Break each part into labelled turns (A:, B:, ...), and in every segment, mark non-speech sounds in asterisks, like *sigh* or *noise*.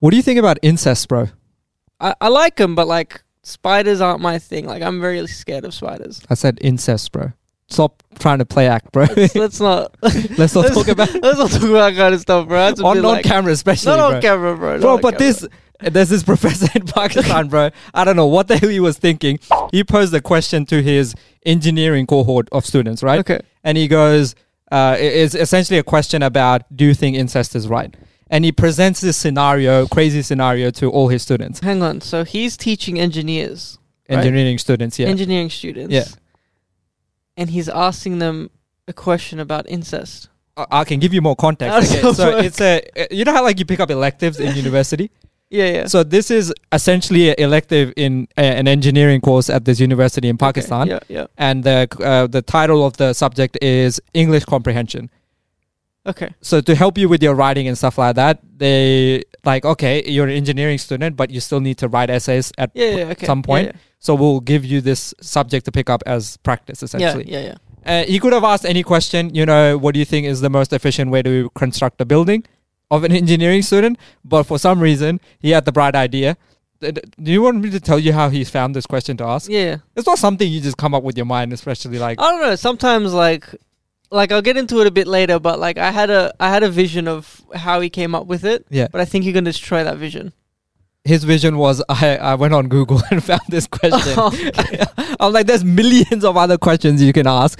A: What do you think about incest, bro?
B: I, I like them, but like spiders aren't my thing. Like I'm very scared of spiders.
A: I said incest, bro. Stop trying to play act,
B: *laughs*
A: bro. *laughs*
B: Let's, let's not
A: Let's not talk about
B: let's not talk about that kind of stuff, bro. That's a
A: on
B: bit
A: on
B: like-
A: camera, especially,
B: Not
A: bro.
B: on camera,
A: bro
B: bro. not on
A: but
B: camera.
A: this there's this *laughs* professor in pakistan bro i don't know what the hell he was thinking he posed a question to his engineering cohort of students right
B: Okay.
A: and he goes uh, it- it's essentially a question about do you think incest is right and he presents this scenario crazy scenario to all his students
B: Hang on. So he's teaching engineers, Right.
A: engineering students yeah
B: engineering students.
A: Yeah.
B: And he's asking them a question about incest.
A: I-, I can give you more
B: How
A: context
B: does
A: okay,
B: that
A: so
B: work?
A: it's a you know how like you pick up electives
B: *laughs*
A: in university
B: Yeah, yeah.
A: so this is essentially an elective in a- an engineering course at this university in
B: Okay,
A: pakistan
B: Yeah, yeah.
A: and the uh, the title of the subject is English comprehension.
B: Okay.
A: So to help you with your writing and stuff like that, they like okay, you're an engineering student, but you still need to write essays at
B: Yeah, yeah. Okay.
A: some
B: Yeah,
A: point.
B: yeah.
A: So we'll give you this subject to pick up as practice
B: Yeah,
A: essentially.
B: yeah, yeah.
A: Uh, he could have asked any question, you know, what do you think is the most efficient way to construct a building of an engineering student? But for some reason, he had the bright idea. Th- th- Do you want me to tell you how he found this question to ask?
B: Yeah. yeah.
A: It's not something you just come up with your mind, especially like
B: I don't know. Sometimes like like I'll get into it a bit later, but like I had a I had a vision of how he came up with it.
A: Yeah.
B: But I think you're gonna destroy that vision.
A: his vision was *laughs* I, I went on Google and *laughs* found this
B: *laughs*
A: question.
B: Oh.
A: *laughs* I'm like, there's millions of other questions you can ask.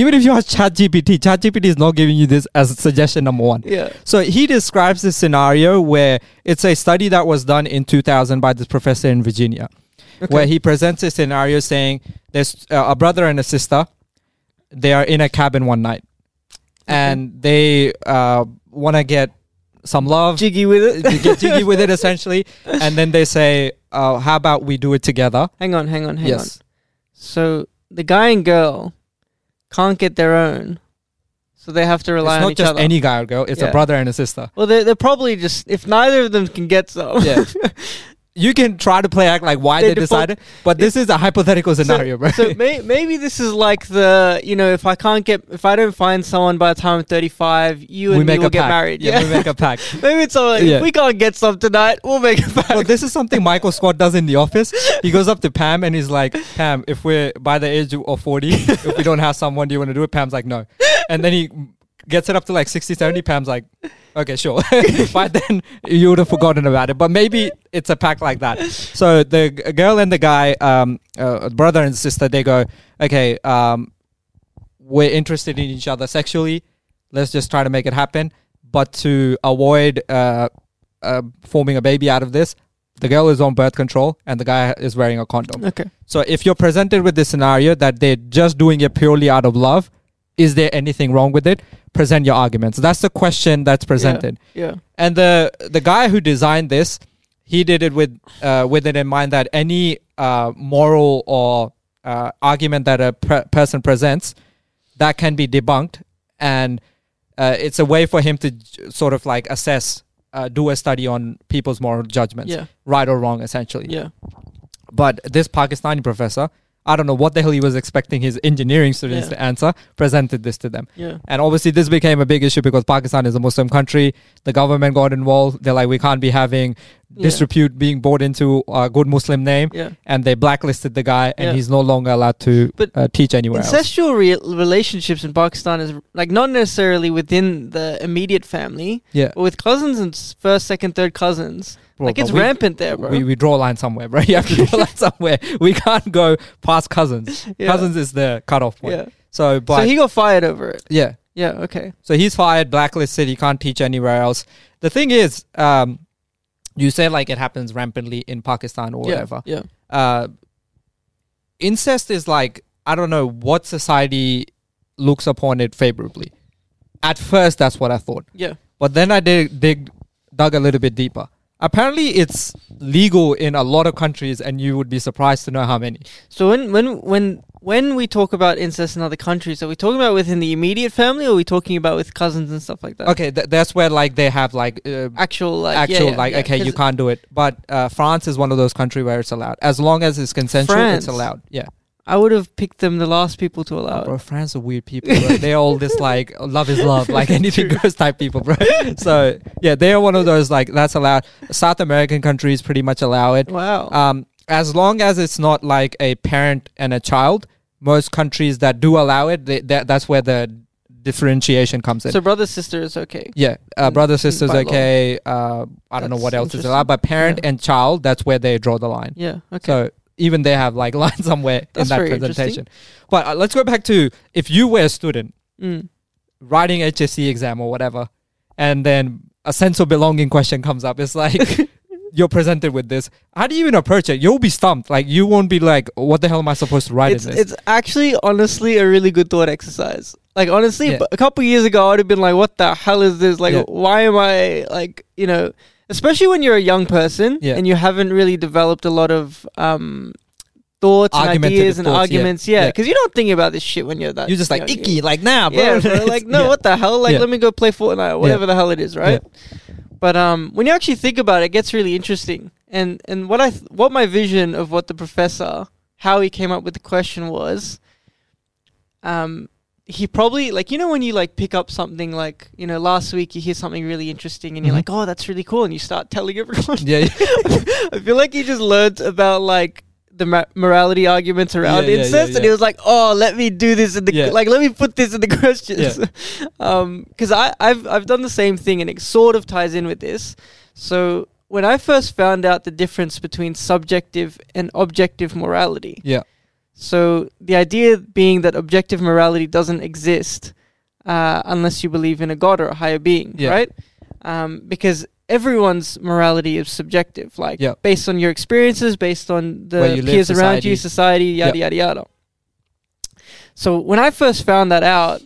A: Even if you ask ChatGPT, ChatGPT is not giving you this as suggestion number one.
B: yeah.
A: So he describes this scenario where it's a study that was done in 2000 by this professor in Virginia, where he presents a scenario saying there's uh, a brother and a sister, they are in a cabin one night, and they uh, want to get some love
B: Jiggy with it.
A: *laughs* they get jiggy with
B: *laughs*
A: it essentially, and then they say, uh, "How about we do it together?"
B: Hang on, hang on, hang on. So the guy and girl can't get their own, so they have to
A: it's
B: rely on
A: not
B: each
A: just
B: other.
A: any guy or girl; it's
B: Yeah.
A: a brother and a
B: *laughs*
A: sister.
B: well, they're, they're probably just if neither of them can get some.
A: Yeah, you can try to play act like why they,
B: They default-
A: decided, but this is a hypothetical scenario, bro.
B: *laughs* so may, maybe this is like the you know if I can't get if I don't find someone by the time I'm 35, you and me will get
A: pact.
B: married.
A: Yeah, we make a pact.
B: *laughs* maybe it's all like,
A: Yeah.
B: if we can't get some tonight, we'll make
A: *laughs*
B: it back.
A: Well, this is something Michael Scott does in the office. He goes up to Pam and he's like, "Pam, if we're by the age of forty, if we don't have someone, do you want to do it?" Pam's like, "No," and then he gets it up to like 60, 70. Pam's like, "Okay, sure." *laughs* By then, you would have forgotten about it. But maybe it's a pact like that. So the g- girl and the guy, um, uh, brother and sister, they go, "Okay, um, we're interested in each other sexually. Let's just try to make it happen." But to avoid uh, uh, forming a baby out of this. The girl is on birth control and the guy is wearing a condom.
B: Okay.
A: So if you're presented with this scenario that they're just doing it purely out of love, is there anything wrong with it? Present your arguments. That's the question that's presented.
B: Yeah.
A: And the the guy who designed this, he did it with uh, with it in mind that any uh, moral or uh, argument that a pre- person presents that can be debunked, and uh, it's a way for him to j- sort of like assess, uh, do a study on people's moral judgments,
B: Yeah.
A: right or wrong, essentially.
B: Yeah.
A: But this Pakistani professor, I don't know what the hell he was expecting his engineering students
B: Yeah.
A: to answer, presented this to them.
B: Yeah.
A: And obviously, this became a big issue because Pakistan is a Muslim country. The government got involved. They're like, we can't be having
B: Yeah.
A: disrepute being bought into a good Muslim name.
B: Yeah.
A: And they blacklisted the guy, and
B: Yeah.
A: he's no longer allowed to
B: But
A: uh, teach anywhere else.
B: Incestual re- relationships in Pakistan is like not necessarily within the immediate family,
A: Yeah.
B: but with cousins and s- first, second, third cousins.
A: Bro,
B: like it's
A: but we-
B: rampant there, bro.
A: We, we draw a line somewhere, bro. *laughs* You have to draw
B: *laughs*
A: a line somewhere. We can't go past cousins.
B: yeah.
A: Cousins is the cutoff point.
B: Yeah.
A: So, but
B: so he got fired over it.
A: yeah.
B: Yeah. Okay.
A: So he's fired, blacklisted. He can't teach anywhere else. The thing is, um, you say like it happens rampantly in Pakistan or whatever.
B: Yeah.
A: uh, incest is like I don't know what society looks upon it favorably. At first, that's what I thought,
B: Yeah.
A: but then I dig, dig dug a little bit deeper. Apparently, it's legal in a lot of countries, and you would be surprised to know how many.
B: So when when when when we talk about incest in other countries, are we talking about within the immediate family, or are we talking about with cousins and stuff like that?
A: Okay, th- that's where like they have like uh,
B: Actual like yeah,
A: actual
B: yeah,
A: like
B: yeah.
A: okay, you
B: 'Cause
A: can't do it. But uh, France is one of those countries where it's allowed as long as it's consensual.
B: France? Uh,
A: It's allowed. Yeah,
B: I would have picked them the last people to allow
A: Bro,
B: it.
A: France are weird people. Bro. They're all
B: *laughs*
A: this like love is love, like anything goes type people, bro. So yeah, they're one of those like that's allowed. South American countries pretty much allow it.
B: Wow.
A: Um, as long as it's not like a parent and a child, most countries that do allow it, they, that that's where the differentiation comes in.
B: so brother sister is okay.
A: yeah, uh,
B: and-
A: brother
B: and
A: sisters,
B: by law.
A: okay. Uh, I don't know
B: mm, That's
A: what else is
B: interesting.
A: allowed, but parent
B: Yeah.
A: and child, that's where they draw the line.
B: Yeah. Okay.
A: So even they have like *laughs* line somewhere
B: That's
A: in that
B: very interesting.
A: presentation. But uh, let's go back to if you were a student
B: Mm.
A: writing HSC exam or whatever, and then a sense of belonging question comes up. It's
B: *laughs*
A: like you're presented with this. How do you even approach it? You'll be stumped. Like you won't be like, what the hell am I supposed to write
B: It's
A: in this?
B: it's actually honestly a really good thought exercise. Like honestly,
A: Yeah.
B: b- a couple years ago, I'd have been like, "What the hell is this? Like,
A: Yeah.
B: why am I like you know?" Especially when you're a young person
A: Yeah.
B: and you haven't really developed a lot of um, thoughts and
A: Argumentative
B: ideas and
A: thoughts, yeah.
B: arguments, yeah,
A: Yeah.
B: because you don't think about this shit when you're that.
A: you're just like
B: young, yeah.
A: icky, like nah, bro.
B: Yeah,
A: *laughs*
B: bro, like no,
A: Yeah.
B: what the hell? Like,
A: Yeah.
B: let me go play Fortnite, or whatever the hell it is, right? But um, when you actually think about it, it gets really interesting. And and what I th- what my vision of what the professor how he came up with the question was, um, he probably like you know when you like pick up something like you know last week you hear something really interesting and you're
A: Mhm.
B: like oh that's really cool and you start telling everyone.
A: Yeah, yeah.
B: *laughs* I feel like he just learned about like the ma- morality arguments around
A: Yeah, yeah,
B: incest,
A: yeah,
B: and
A: yeah.
B: he was like, "Oh, let me do this in the
A: Yeah.
B: like, let me put this in the *laughs* questions." because I I've I've done the same thing, and it sort of ties in with this. So when I first found out the difference between subjective and objective morality,
A: Yeah.
B: So the idea being that objective morality doesn't exist uh, unless you believe in a god or a higher being,
A: Yeah.
B: right? Um, because everyone's morality is subjective, like
A: Yeah.
B: based on your experiences, based on the
A: Where you live,
B: peers around you,
A: society.
B: society, yada yada yada. So when I first found that out,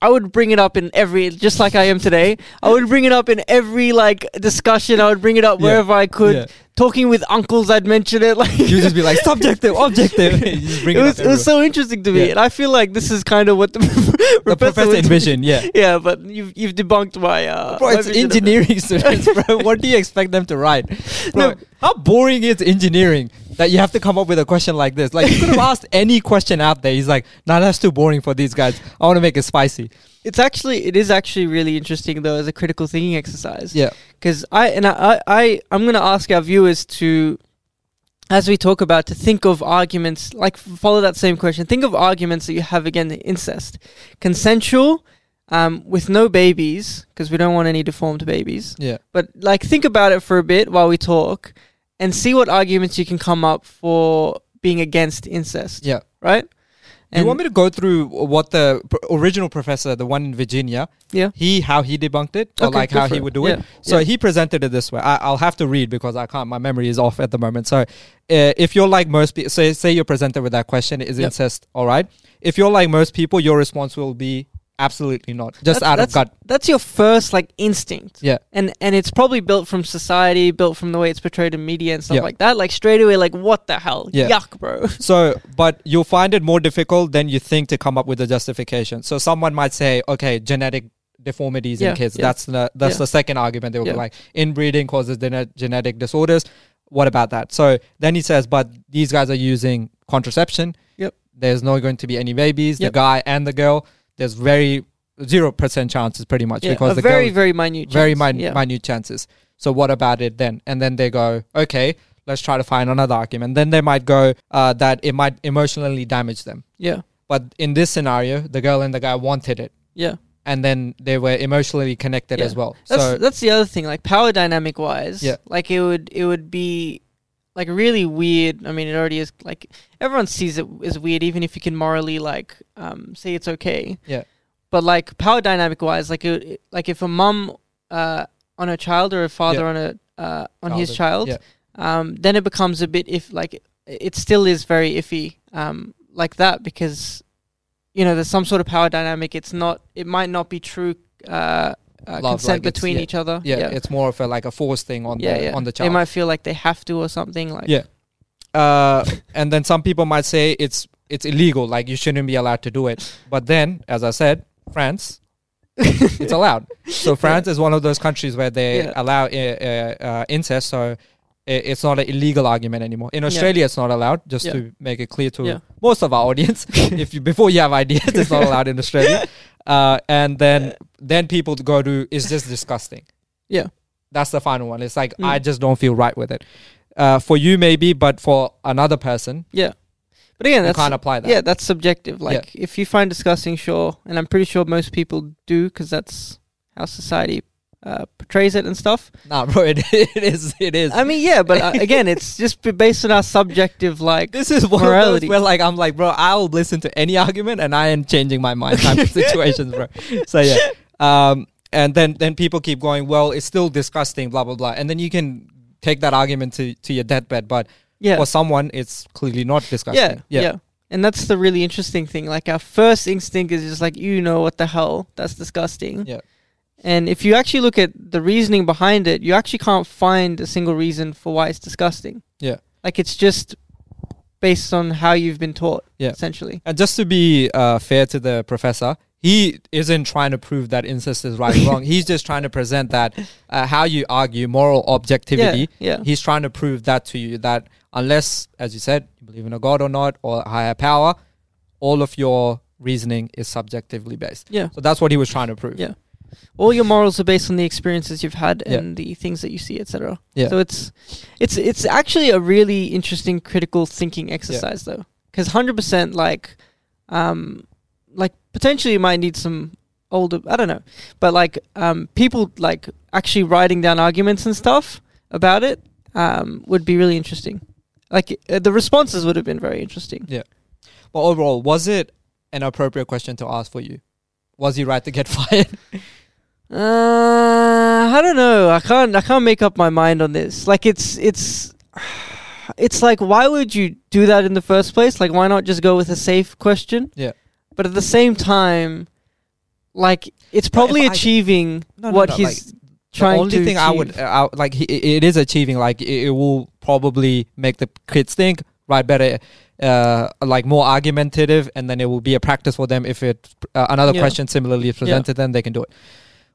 B: I would bring it up in every, just like I am today. I would bring it up in every like discussion. I would bring it up
A: Yeah.
B: wherever I could.
A: Yeah.
B: Talking with uncles, I'd mention it. Like
A: You just be like subjective,
B: *laughs*
A: objective. You just bring
B: it
A: it,
B: was
A: up
B: it was
A: everywhere.
B: so interesting to me,
A: Yeah.
B: and I feel like this is kind of what the, *laughs*
A: the professor
B: would-
A: envisioned, *laughs* yeah.
B: *laughs* Yeah, but you've you've debunked my. Uh,
A: Bro,
B: my
A: it's
B: vision of it.
A: engineering students, *laughs* bro. What do you expect them to write? Bro,
B: No.
A: how boring is engineering that you have to come up with a question like this? Like, you *laughs* could have asked any question out there. He's like, nah, that's too boring for these guys. I want to make it spicy.
B: It's actually it is actually really interesting though as a critical thinking exercise.
A: Yeah.
B: because I and I, I I I'm gonna ask our viewers to, as we talk about, to think of arguments like follow that same question. Think of arguments that you have against incest, consensual, um, with no babies because we don't want any deformed babies.
A: Yeah.
B: But like think about it for a bit while we talk, and see what arguments you can come up for being against incest.
A: Yeah.
B: Right.
A: you want me to go through what the pr- original professor, the one in Virginia,
B: Yeah.
A: he how he debunked it or
B: Okay,
A: like
B: go
A: how
B: for
A: he
B: it.
A: would do
B: Yeah,
A: it? So
B: yeah.
A: he presented it this way. I, I'll have to read because I can't. My memory is off at the moment. So uh, if you're like most people, say say you're presented with that question, is
B: Yep.
A: incest all right? If you're like most people, your response will be absolutely not, just
B: That's-
A: out of
B: that's-
A: gut.
B: That's your first like instinct.
A: Yeah,
B: and and it's probably built from society, built from the way it's portrayed in media and stuff
A: Yeah.
B: like that. Like straight away, like what the hell?
A: Yeah.
B: Yuck, bro.
A: *laughs* So, but you'll find it more difficult than you think to come up with a justification. So, someone might say, okay, genetic deformities
B: Yeah,
A: in kids.
B: yeah.
A: That's the that's
B: Yeah.
A: the second argument. They will
B: Yeah.
A: be like, inbreeding causes gene- genetic disorders. What about that? So then he says, but these guys are using contraception.
B: Yep.
A: There's not going to be any babies.
B: Yep.
A: The guy and the girl. There's very zero percent chances, pretty much,
B: Yeah,
A: because
B: a
A: the
B: very
A: girl
B: very minute,
A: very
B: chance.
A: min-
B: Yeah.
A: minute chances. So what about it then? And then they go, okay, let's try to find another argument. Then they might go uh, that it might emotionally damage them.
B: yeah,
A: But in this scenario, the girl and the guy wanted it,
B: yeah.
A: and then they were emotionally connected
B: Yeah.
A: as well.
B: That's
A: so
B: that's the other thing. Like power dynamic wise,
A: Yeah.
B: Like it would it would be like really weird. I mean, it already is. Like everyone sees it as weird, even if you can morally like um say it's okay.
A: Yeah.
B: But like power dynamic wise, like it, it- like if a mum uh on a child or a father on a uh, on his child,
A: Childhood, yeah.
B: um, then it becomes a bit if like it- it still is very iffy um, like that because you know there's some sort of power dynamic. It's not it might not be true uh, uh,
A: Love,
B: consent
A: like it's-
B: between
A: yeah,
B: each other.
A: yeah, it's more of a like a force thing on
B: yeah,
A: the
B: yeah.
A: on the
B: They
A: child.
B: might feel like they have to or something like.
A: Yeah. uh, and then some people might say it's it's illegal, like you shouldn't be allowed to do it. But then, as I said,
B: *laughs*
A: France, it's allowed. So France is one of those countries where they
B: Yeah.
A: allow uh, uh, uh, incest. So i- it's not an illegal argument anymore. In Australia, it's not allowed. Just
B: Yeah.
A: to make it clear to
B: Yeah.
A: most of our
B: *laughs*
A: audience, if you before you have ideas, it's not allowed in Australia. Uh, and then then people go to is this disgusting?
B: Yeah.
A: that's the final one. It's like
B: Mm.
A: I just don't feel right with it. Uh, for you maybe, but for another person,
B: But again,
A: you
B: that's
A: can't apply that.
B: yeah, that's subjective. Like if you find disgusting, sure, and I'm pretty sure most people do because that's how society uh, portrays it and stuff.
A: Nah, bro, *laughs* it, it is. It is.
B: I mean, yeah, but
A: *laughs*
B: uh, again, it's just b- based on our subjective like.
A: this is one of
B: morality.
A: those where like I'm like, bro, I'll listen to any argument and I am changing my mind type
B: *laughs*
A: of situations, bro. So yeah. Um and then then people keep going, well, it's still disgusting, blah blah blah. And then you can take that argument to, to your deathbed, but
B: Yeah,
A: for someone it's clearly not
B: yeah,
A: disgusting.
B: yeah, And that's the really interesting thing. Like our first instinct is just like, you know what the hell? That's disgusting.
A: Yeah.
B: And if you actually look at the reasoning behind it, you actually can't find a single reason for why it's disgusting.
A: Yeah.
B: Like it's just based on how you've been taught.
A: Yeah.
B: Essentially.
A: And just to be uh, fair to the professor, he isn't trying to prove that incest is right or
B: *laughs*
A: wrong. He's just trying to present that uh, how you argue moral objectivity
B: Yeah. Yeah.
A: he's trying to prove that to you that unless as you said you believe in a god or not or a higher power all of your reasoning is subjectively based
B: Yeah.
A: so that's what he was trying to prove
B: Yeah. all your morals are based on the experiences you've had
A: Yeah.
B: and the things that you see, etc.
A: Yeah.
B: So it's it's it's actually a really interesting critical thinking exercise though. 'Cause though, because hundred percent like, um, like potentially you might need some older I don't know, but like um people like actually writing down arguments and stuff about it um would be really interesting. Like uh, the responses would have been very interesting.
A: but overall was it an appropriate question to ask for you was he right to get *laughs* fired
B: Uh, I don't know. I can't. I can't make up my mind on this. Like, it's it's it's like, why would you do that in the first place? Like, why not just go with a safe question?
A: Yeah.
B: But at the same time, like, it's probably
A: if I-
B: achieving
A: No, no,
B: what
A: no,
B: he's
A: the
B: trying
A: only
B: to
A: thing i would
B: achieve.
A: uh, I, like he, it is achieving like it, it will probably make the kids think right better uh, like more argumentative and then it will be a practice for them if it uh, another
B: Yeah.
A: question similarly is presented then they can do it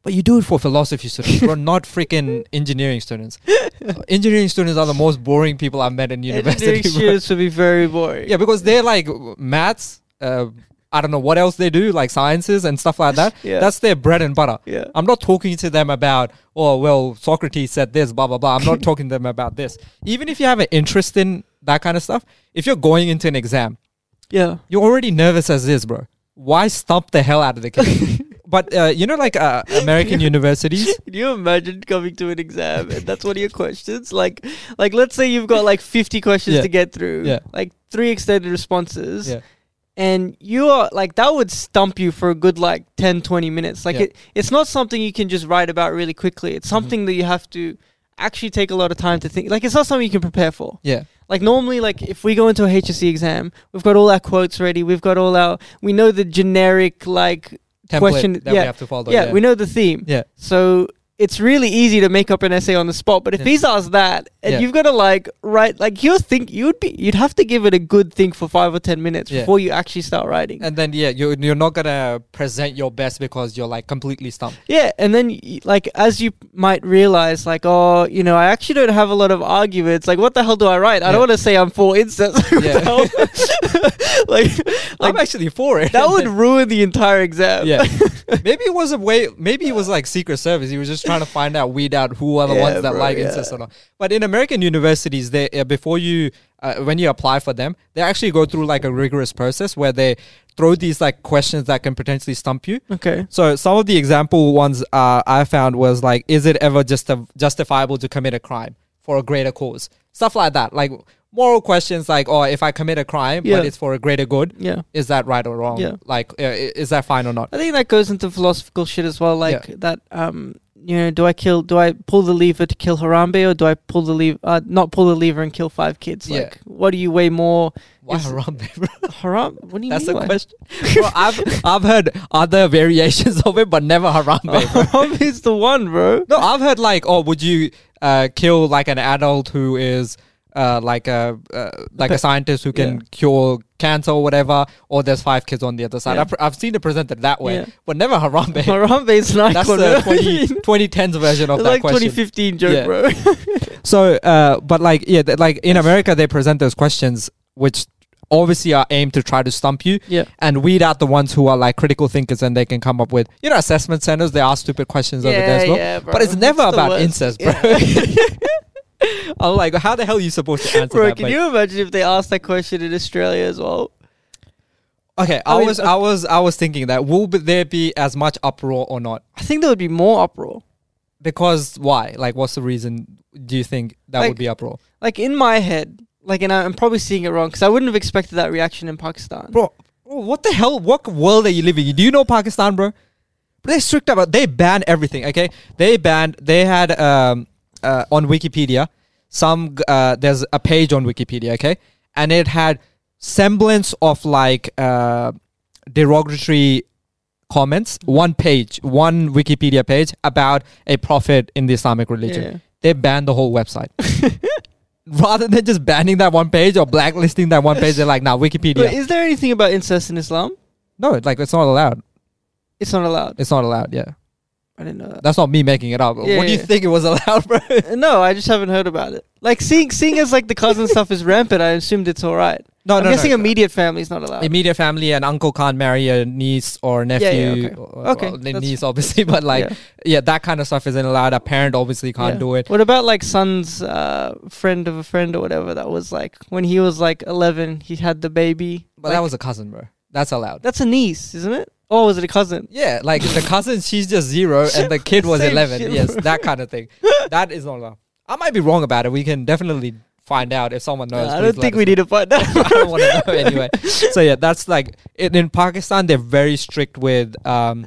A: but you do it for philosophy students we're not freaking engineering
B: *laughs*
A: students Uh, engineering students are the most boring people i've met in
B: Engineering
A: university *laughs* bro.
B: students would be very boring.
A: yeah because they're like maths uh, i don't know what else they do like sciences and stuff like that
B: *laughs* Yeah.
A: that's their bread and butter
B: yeah.
A: I'm not talking to them about, oh, well, Socrates said this, blah, blah, blah. I'm
B: *laughs*
A: not talking to them about this. Even if you have an interest in that kind of stuff, if you're going into an exam,
B: Yeah.
A: you're already nervous as is, bro. Why stump the hell out of the kid?
B: *laughs*
A: but uh, you know, like uh, American universities?
B: Can you imagine coming to an exam and that's one of your questions? Like, like let's say you've got like fifty questions
A: Yeah.
B: to get through,
A: Yeah.
B: like three extended responses,
A: Yeah.
B: and you are like that would stump you for a good like 10, 20 minutes. Like
A: Yeah. Mm-hmm.
B: it, it's not something you can just write about really quickly. It's something that you have to actually take a lot of time to think. Like it's not something you can prepare for.
A: Yeah.
B: Like normally, like if we go into a HSC exam, we've got all our quotes ready. We've got all our we know the generic like
A: Template
B: Question-
A: that we
B: yeah,
A: have to follow.
B: yeah, we know the theme.
A: Yeah.
B: So it's really easy to make up an essay on the spot. But if
A: Yeah.
B: he's asked that, and
A: Yeah.
B: you've got to like write, like you'll think you'd be, you'd have to give it a good think for five or ten minutes
A: Yeah.
B: before you actually start writing.
A: And then, yeah, you're, you're not going to present your best because you're like completely stumped.
B: yeah, and then y- like as you might realize, like oh, you know, I actually don't have a lot of arguments. Like what the hell do I write? I
A: Yeah.
B: don't want to say I'm for *laughs* incest.
A: Yeah. *laughs*
B: like, like
A: I'm actually for it.
B: that
A: *laughs*
B: would ruin the entire exam.
A: yeah. maybe it was a way. Maybe it was like Secret Service. He was just trying to find out, weed out who are the
B: Yeah,
A: ones that
B: bro,
A: like
B: yeah.
A: incest or not. But in American universities, they uh, before you uh, when you apply for them, they actually go through like a rigorous process where they throw these like questions that can potentially stump you.
B: *laughs* Okay.
A: So some of the example ones uh, I found was like, is it ever just justifiable to commit a crime for a greater cause? Stuff like that, like moral questions, like, oh, if I commit a crime,
B: Yeah.
A: but it's for a greater good,
B: Yeah.
A: is that right or wrong?
B: Yeah.
A: Like, uh, i- is that fine or not?
B: I think that goes into philosophical shit as well, like that. Um, you know, do I kill? Do I pull the lever to kill Harambe, or do I pull the lever, uh, not pull the lever and kill five kids?
A: Yeah.
B: Like, what do you weigh more,
A: Why *laughs*
B: It's-
A: Harambe?
B: Haram? What do you
A: That's the
B: mean? by-
A: question. Bro, I've I've heard other variations of it, but never
B: *laughs*
A: Harambe. bro.
B: Harambe is the one, bro.
A: *laughs* no, I've heard like, oh, would you uh, kill like an adult who is uh, like a uh, like a scientist who can
B: Yeah.
A: cure cancer or whatever? Or there's five kids on the other side.
B: Yeah.
A: I've, I've seen it presented that way,
B: Yeah.
A: but never Harambe.
B: Harambe is not
A: That's
B: one,
A: the *laughs*
B: bro.
A: 20, 2010s version of
B: It's
A: that
B: like
A: question.
B: 2015 joke,
A: *laughs* Yeah.
B: bro.
A: So, uh, but like, yeah, that- like in America, they present those questions which obviously are aimed to try to stump you
B: *laughs* Yeah.
A: and weed out the ones who are like critical thinkers and they can come up with, you know, assessment centers. They ask stupid questions over there as well.
B: yeah, bro.
A: But it's never
B: That's the
A: about
B: worst.
A: incest, bro. *laughs* I'm like, how the hell are you supposed to answer
B: *laughs* Bro,
A: that?
B: can
A: Like,
B: you imagine if they asked that question in Australia as well?
A: okay,
B: I
A: I,
B: mean,
A: was,
B: uh,
A: I was, I was thinking that will be- there be as much uproar or not?
B: I think there would be more uproar.
A: Because why? Like, what's the reason? Do you think that
B: Like-
A: would be uproar,
B: Like in my head, like, and I- I'm probably seeing it wrong because I wouldn't have expected that reaction in Pakistan.
A: bro? oh, What the hell? What world are you living in? Do you know Pakistan, bro? But they're strict about. They ban everything. Okay, they banned. They had um uh, on Wikipedia some g- uh, there's a page on Wikipedia. Okay, and it had semblance of like uh, derogatory comments. One page, one Wikipedia page about a prophet in the Islamic religion.
B: Yeah.
A: They banned the whole website. *laughs* Rather than just banning that one page or blacklisting that one page, they're like, "Nah,
B: *laughs* But
A: Wikipedia.
B: is there anything about incest in Islam?
A: No, like it's not allowed.
B: It's not allowed.
A: It's not allowed. Yeah,
B: I didn't know that.
A: that's not me making it up.
B: Yeah,
A: what do you
B: yeah.
A: think it was allowed, bro? *laughs*
B: Uh, No, I just haven't heard about it. Like seeing, seeing as like the cousin stuff is rampant, I assumed it's all right.
A: No,
B: I'm
A: no,
B: guessing
A: no.
B: immediate family is not allowed.
A: immediate family and uncle can't marry a niece or nephew.
B: yeah, okay.
A: or-
B: Okay,
A: well, the
B: that's-
A: niece obviously, *laughs* but like
B: Yeah.
A: yeah. that kind of stuff isn't allowed. A parent obviously can't
B: Yeah.
A: do it.
B: What about like son's uh, friend of a friend or whatever that was like when he was like 11, he had the baby.
A: But
B: Like,
A: that was a cousin, bro. That's allowed.
B: that's a niece, isn't it? Oh, was it a cousin?
A: yeah, like
B: *laughs*
A: the cousin, she's just zero, and the kid was
B: Same
A: eleven.
B: shit,
A: yes,
B: bro.
A: that kind of
B: *laughs*
A: thing. That is not allowed. I might be wrong about it. We can definitely find out if someone knows.
B: I
A: please
B: don't
A: let
B: think
A: us
B: we
A: know.
B: need to find
A: *laughs*
B: out.
A: I don't want
B: *laughs*
A: to know anyway. So yeah, that's like in, in Pakistan they're very strict with um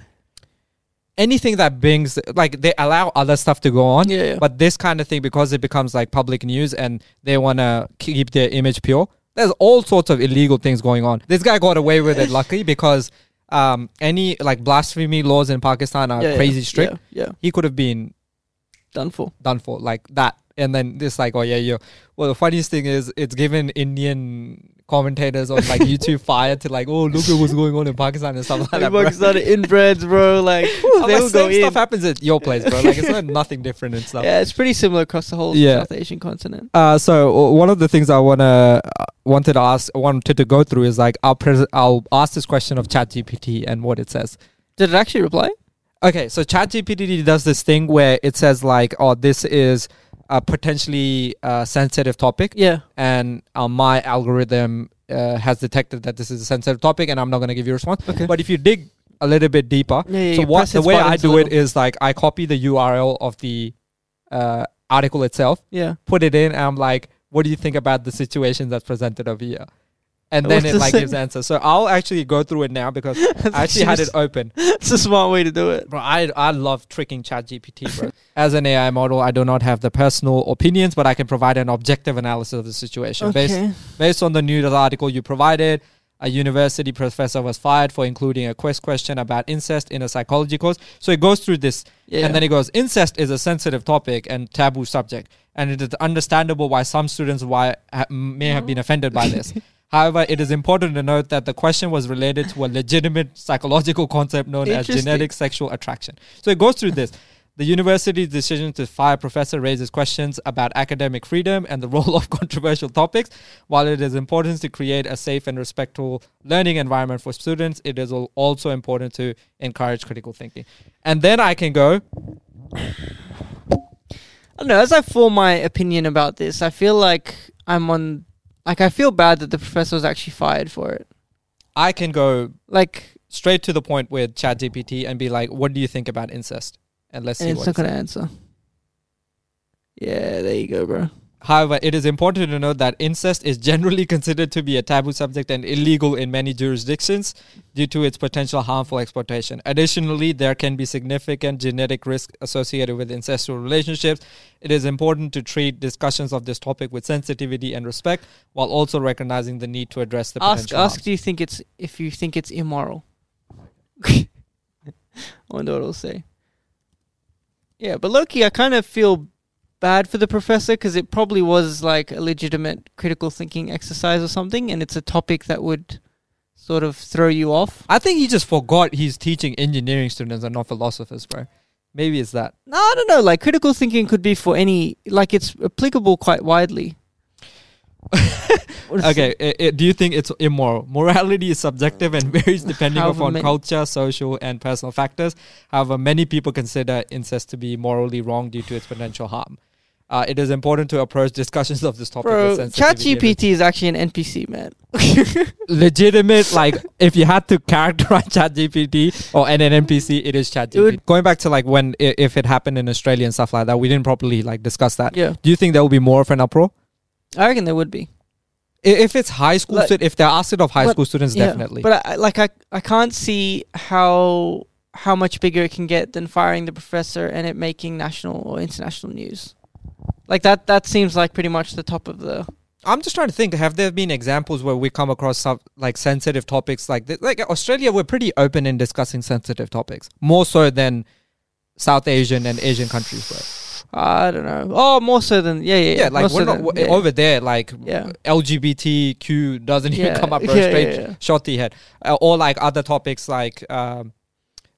A: anything that brings like they allow other stuff to go on.
B: Yeah, yeah.
A: But this kind of thing because it becomes like public news and they want to keep their image pure. There's all sorts of illegal things going on. This guy got away with
B: *laughs*
A: it luckily because um any like blasphemy laws in Pakistan are
B: Yeah, yeah,
A: uh, crazy strict.
B: Yeah, yeah,
A: He could have been
B: done for.
A: done for like that and then this like oh yeah you well the funniest thing is it's given indian commentators on
B: *laughs*
A: like youtube fire to like oh look at what's going on in pakistan and stuff like that bro.
B: Like, Pakistan inbreds, bro. Like
A: *laughs* I'm
B: they
A: like,
B: will go
A: same
B: in.
A: stuff happens at your place bro like it's not *laughs* nothing different and stuff
B: Yeah, it's pretty similar across the whole
A: Yeah.
B: South Asian continent.
A: uh, so w- one of the things I wanna uh, wanted to ask wanted to go through is like I'll pres- I'll ask this question of ChatGPT and what it says.
B: Did it actually reply?
A: Okay, so ChatGPT does this thing where it says like, "Oh, this is a potentially uh, sensitive topic,"
B: Yeah.
A: and uh, my algorithm uh, has detected that this is a sensitive topic and I'm not going to give you a response.
B: Okay.
A: But if you dig a little bit deeper,
B: Yeah, yeah,
A: so
B: you
A: what
B: press
A: the
B: its
A: way I
B: buttons a
A: do it
B: little.
A: is like I copy the URL of the uh, article itself,
B: Yeah.
A: put it in, and I'm like, what do you think about the situation that's presented over here? And then
B: What's
A: it
B: the
A: like
B: same-
A: gives answer. So I'll actually go through it now *laughs* because I actually
B: *laughs*
A: had it open.
B: It's a smart way to do it.
A: Bro, I I love tricking ChatGPT, bro. *laughs* As an AI model, I do not have the personal opinions, but I can provide an objective analysis of the situation based
B: Okay.
A: Based on the news article you provided, a university professor was fired for including a quiz question about incest in a psychology course. So it goes through this,
B: Yeah.
A: and then it goes incest is a sensitive topic and taboo subject, and it is understandable why some students why ha- may have
B: Mm-hmm.
A: been offended by
B: *laughs*
A: this. However, it is important to note that the question was related to a legitimate psychological concept known as
B: Interesting.
A: genetic sexual attraction. So it goes through this. The university's decision to fire professor raises questions about academic freedom and the *laughs* role of controversial topics. While it is important to create a safe and respectful learning environment for students, it is al- also important to encourage critical thinking. And then I can go,
B: I don't know. As I form my opinion about this, I feel like I'm on. Like I feel bad that the professor was actually fired for it.
A: I can go
B: Like,
A: straight to the point with ChatGPT and be like, "What do you think about incest?" And let's
B: and
A: see
B: it's
A: what. it
B: not gonna
A: says.
B: answer. Yeah, there you go, bro.
A: However, it is important to note that incest is generally *laughs* considered to be a taboo subject and illegal in many jurisdictions due to its potential harmful exploitation. Additionally, there can be significant genetic risk associated with incestual relationships. It is important to treat discussions of this topic with sensitivity and respect while also recognizing the need to address the
B: Ask,
A: potential harms.
B: ask. Do you think it's if you think it's immoral? *laughs* I wonder what it'll say. Yeah, but Loki, I kind of feel bad for the professor because it probably was like a legitimate critical thinking exercise or something, and it's a topic that would sort of throw you off.
A: I think he just forgot he's teaching engineering students and not philosophers, bro. Maybe it's
B: *laughs*
A: that.
B: No, I don't know. Like critical thinking could be for any. Like it's applicable quite widely. *laughs* What is
A: Okay, i i do you think it's immoral? Morality is subjective and varies depending
B: However
A: upon
B: many-
A: culture, social, and personal factors. However, many people consider incest to be morally wrong due to its potential harm. Uh, it is important to approach discussions of this
B: it?
A: topic
B: Bro,
A: with sensitivity. and
B: ChatGPT is actually an NPC, man.
A: legitimate like *laughs* if you had to characterize *laughs* ChatGPT or an NPC, it is
B: It
A: ChatGPT.
B: would-
A: Going back to like when i- if it happened in Australia and stuff like that, we didn't properly like discuss that.
B: yeah,
A: Do you think there will be more of an uproar
B: I reckon there would be.
A: I- if it's high school?
B: Like-
A: student, if they're asked it of high
B: But-
A: school students,
B: Yeah,
A: definitely.
B: But I, I- like I, I can't see how how much bigger it can get than firing the professor and it making national or international news. Like that that seems like pretty much the top of the
A: I'm just trying to think. Have there been examples where we come across some like sensitive topics like this? Like Australia, we're pretty open in discussing sensitive topics, more so than South Asian and Asian countries. Were.
B: I don't know. Oh, more so than yeah, yeah, yeah.
A: Yeah, like
B: more
A: we're
B: so
A: not
B: than-
A: we're-
B: yeah.
A: over there. Like
B: Yeah.
A: LGBTQ doesn't even
B: Yeah,
A: come up for
B: *laughs* yeah,
A: a straight
B: yeah, yeah.
A: shorty head, uh, or like other topics like um,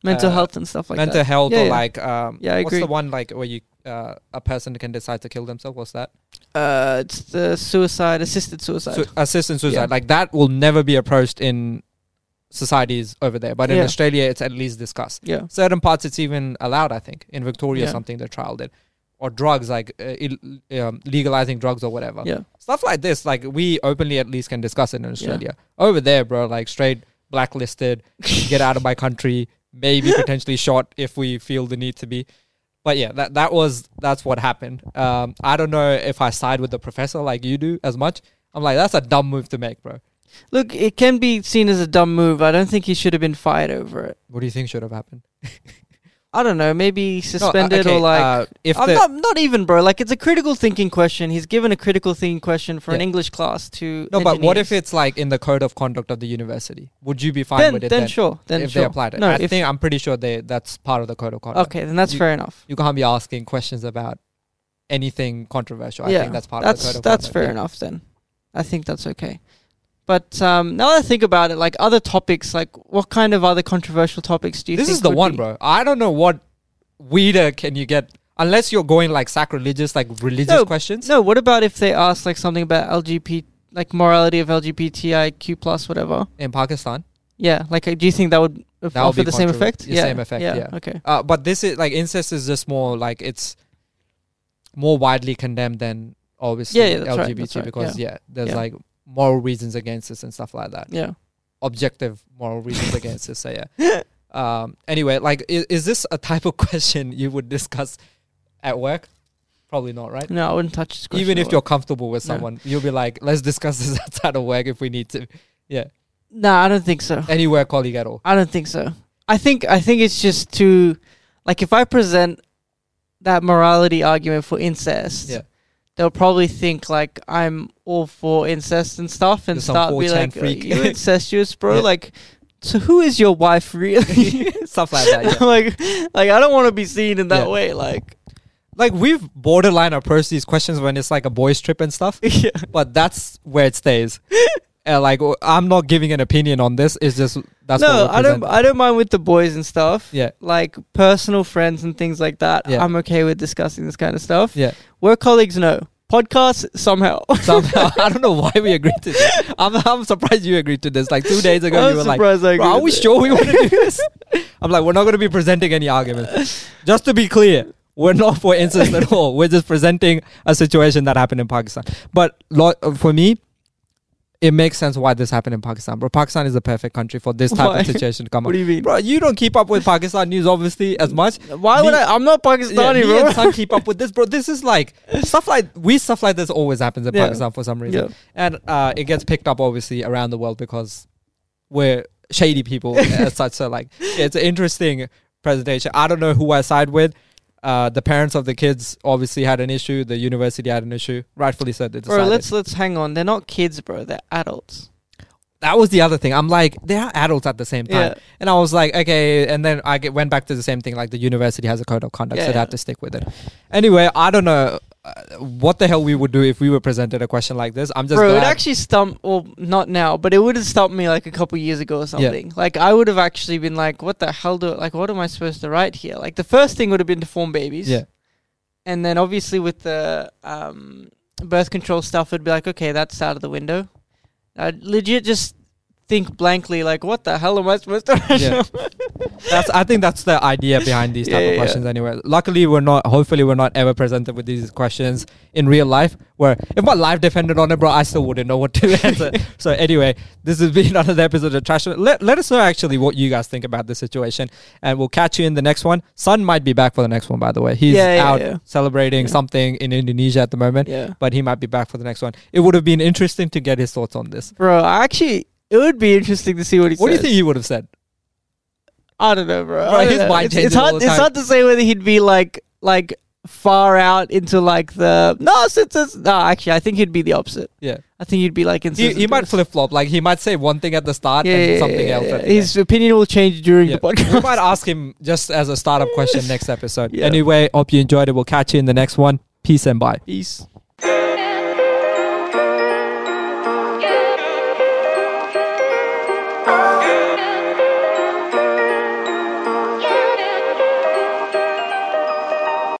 B: mental
A: uh,
B: health and stuff like
A: mental
B: that.
A: health
B: Yeah,
A: or
B: yeah.
A: like um,
B: Yeah, I
A: what's the
B: agree.
A: one like where you uh, a person can decide to kill themselves? What's that?
B: Uh, it's the suicide, assisted suicide.
A: Su- assistant suicide.
B: Yeah.
A: Like that will never be approached in societies over there, but in
B: Yeah.
A: Australia, it's at least discussed.
B: yeah,
A: Certain parts, it's even allowed. I think in Victoria,
B: Yeah.
A: something they trialed it, or drugs like uh, il- um, legalizing drugs or whatever.
B: yeah.
A: stuff like this, like we openly at least can discuss it in Australia. Over there, bro, like straight blacklisted, *laughs* get out of my country,
B: *laughs*
A: maybe potentially shot if we feel the need to be. But yeah, that that was that's what happened. Um, I don't know if I side with the professor like you do as much. I'm like, that's a dumb move to make, bro.
B: Look, it can be seen as a dumb move. I don't think he should have been fired over it.
A: What do you think should have happened?
B: I don't know, maybe
A: No, uh,
B: suspended
A: okay,
B: or like
A: uh, if
B: I'm
A: the,
B: not, not even, bro. Like, it's a critical thinking question. He's given a critical thinking question for an
A: Yeah.
B: English class to.
A: no, but what if
B: engineers.
A: it's like in the code of conduct of the university? Would you be fine
B: Then,
A: with it
B: then,
A: then?
B: sure. Then
A: if
B: sure.
A: they applied it,
B: No,
A: I
B: if,
A: think I'm pretty sure they that's part of the code of conduct.
B: okay, then that's
A: you-
B: fair enough.
A: you can't be asking questions about anything controversial. I
B: Yeah,
A: think that's part
B: that's
A: of the code of
B: that's
A: conduct.
B: fair
A: Yeah.
B: enough. Then, I think that's okay. But um, now that I think about it, like other topics, like what kind of other controversial topics do you?
A: This
B: think
A: is the
B: would
A: one,
B: be?
A: bro. I don't know what weirder can you get unless you're going like sacrilegious, like religious
B: No,
A: questions.
B: No, what about if they ask like something about LGBT, like morality of LGBTIQ plus whatever?
A: In Pakistan,
B: Yeah, like uh, do you think that would
A: That would
B: offer
A: be
B: the same
A: controver-
B: effect?
A: the
B: yeah,
A: same effect, yeah.
B: Okay.
A: uh, but this is like incest is just more like it's more widely condemned than obviously
B: Yeah, yeah, that's right,
A: LGBT
B: that's right,
A: because yeah, there's
B: yeah.
A: like moral reasons against this and stuff like that.
B: Yeah.
A: objective moral
B: *laughs*
A: reasons against it. So yeah. Um, anyway, like, is, is this a type of *laughs* question you would discuss at work? Probably not, right?
B: No, I wouldn't touch this question.
A: Even
B: at
A: if
B: all.
A: you're comfortable with
B: No.
A: someone, you'll be like, let's discuss this *laughs* outside of work if we need to.
B: No, I don't think so.
A: Any work colleague at all.
B: I don't think so. I think I think it's just too like if I present that morality argument for incest,
A: Yeah.
B: they'll probably think like I'm all for incest and stuff and
A: You're some
B: start be
A: 4chan
B: like
A: freak. *laughs*
B: you incestuous bro
A: Yeah.
B: like so who is your wife really?
A: *laughs* Stuff like that. Yeah.
B: *laughs* like like I don't want to be seen in that
A: Yeah.
B: way like *laughs*
A: like, we've borderline approached these questions when it's like a boys' trip and stuff,
B: yeah.
A: but that's where it
B: *laughs*
A: stays. Uh, like, w- I'm not giving an opinion on this. It's just that's
B: no,
A: what we're
B: I don't.
A: presenting.
B: I don't mind with the boys and stuff.
A: Yeah.
B: like personal friends and things like that.
A: Yeah.
B: I'm okay with discussing this kind of stuff.
A: Yeah.
B: work colleagues, no. Podcasts
A: *laughs*
B: somehow.
A: somehow. I don't know why we agreed to this. I'm, I'm surprised you agreed to this. Like two days ago,
B: I'm *laughs*
A: you were like,
B: surprised I
A: "Bro, "Are
B: agree with
A: we
B: it."
A: sure we want to do this?"
B: *laughs*
A: I'm like, "We're not going to be presenting any arguments." Just to be clear, we're not for instance at all. We're just presenting a situation that happened in Pakistan. But lo- for me, it makes sense why this happened in Pakistan. Bro, Pakistan is the perfect country for this type
B: Why?
A: of situation to come
B: What
A: up.
B: do you mean?
A: Bro, you don't keep up with Pakistan news obviously as much.
B: Why would
A: Me-
B: I? I'm not
A: yeah, me
B: Pakistani, bro. *laughs*
A: and Sun keep up with this, bro. This is like stuff like we stuff like this always happens in
B: Yeah.
A: Pakistan for some reason
B: yeah.
A: and uh, it gets picked up obviously around the world because we're shady
B: *laughs*
A: people as such. So like, it's an interesting presentation. I don't know who I side with. Uh, the parents of the kids obviously had an issue. The university had an issue. Rightfully so. They
B: Bro,
A: decided.
B: let's let's hang on. They're not kids, bro. They're adults.
A: that was the other thing. I'm like, they are adults at the same time,
B: Yeah.
A: and I was like, okay. And then I get, went back to the same thing. Like the university has a code of conduct,
B: Yeah,
A: so they
B: yeah.
A: have to stick with it. Anyway, I don't know. uh, what the hell we would do if we were presented a question like this. I'm just
B: Bro, it
A: glad-
B: actually stumped. Well, not now, but it would have stumped me like a couple years ago or something. Like I would have actually been like, "What the hell do? Like, what am I supposed to write here?" Like the first thing would have been to form babies.
A: yeah,
B: And then obviously with the um, birth control stuff, it'd be like, "Okay, that's out of the window." I'd legit just think blankly, like, "What the hell am I supposed to?" write?
A: yeah. *laughs* that's I think that's the idea behind these type
B: Yeah,
A: of
B: yeah.
A: questions. Anyway, luckily we're not. Hopefully we're not ever presented with these questions in real life. Where if my life depended on it, bro, I still wouldn't know what
B: *laughs*
A: to answer. so anyway, this has been *laughs* another episode of Trash. Let Let us know actually what you guys think about the situation, and we'll catch you in the next one. Sun might be back for the next one. By the way, he's
B: Yeah, yeah,
A: out
B: yeah.
A: celebrating
B: Yeah.
A: something in Indonesia at the moment.
B: *laughs* yeah.
A: But he might be back for the next one. It would have been interesting to get his thoughts on this.
B: Bro, I actually, it would be interesting to see what he
A: What do
B: says.
A: you think he would have said?
B: I don't know, bro.
A: Bro,
B: I don't
A: his
B: know.
A: mind
B: it's,
A: changes
B: it's
A: all
B: hard.
A: the
B: It's
A: time.
B: hard to say whether he'd be like like far out into like the no, it's, it's, it's- no. Actually, I think he'd be the opposite.
A: Yeah.
B: I think he'd be like in.
A: He, he might flip flop. Like he might say one thing at the start
B: yeah,
A: and
B: yeah,
A: something
B: yeah,
A: else.
B: yeah.
A: At the end.
B: His opinion will change during the
A: Yeah.
B: podcast.
A: we
B: *laughs*
A: might ask him just as a startup question next episode.
B: Yeah.
A: Anyway, hope you enjoyed it. We'll catch you in the next one. Peace and bye.
B: Peace.